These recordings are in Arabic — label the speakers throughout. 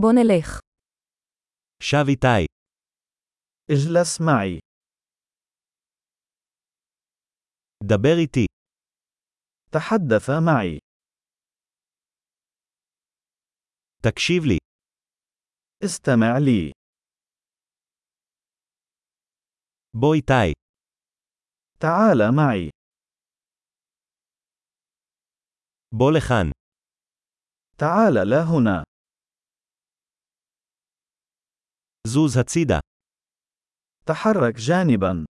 Speaker 1: בוא נלך.
Speaker 2: שב איתי.
Speaker 3: اجلس معي.
Speaker 2: דבר איתי.
Speaker 3: تحدث معي.
Speaker 2: תקשיב לי.
Speaker 3: استمع لي.
Speaker 2: בוא איתי.
Speaker 3: تعال معي.
Speaker 2: בוא לכאן.
Speaker 3: تعال لا هنا.
Speaker 2: זוז הצידה.
Speaker 3: تحرك جانبا.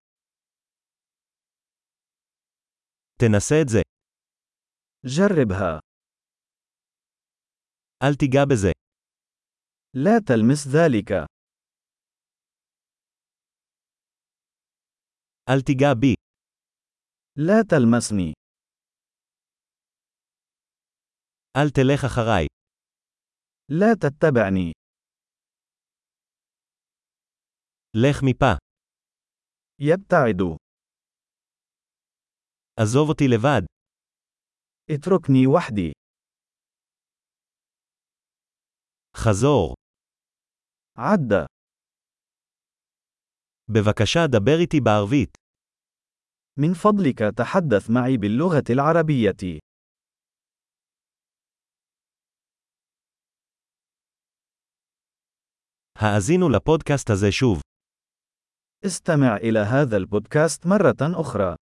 Speaker 2: תנסה את זה.
Speaker 3: جربها.
Speaker 2: אל תיגע בזה.
Speaker 3: لا تلمس ذلك.
Speaker 2: אל תיגע בי.
Speaker 3: لا تلمسني.
Speaker 2: אל תלך אחריי.
Speaker 3: لا تتبعني.
Speaker 2: לך מפה.
Speaker 3: يبتعد.
Speaker 2: עזוב אותי לבד.
Speaker 3: اتركني وحدي.
Speaker 2: חזור.
Speaker 3: عد.
Speaker 2: בבקשה דבר איתי בערבית.
Speaker 3: من فضلك تحدث معي باللغة العربية.
Speaker 2: האזינו לפודקאסט הזה שוב.
Speaker 3: استمع إلى هذا البودكاست مرة أخرى.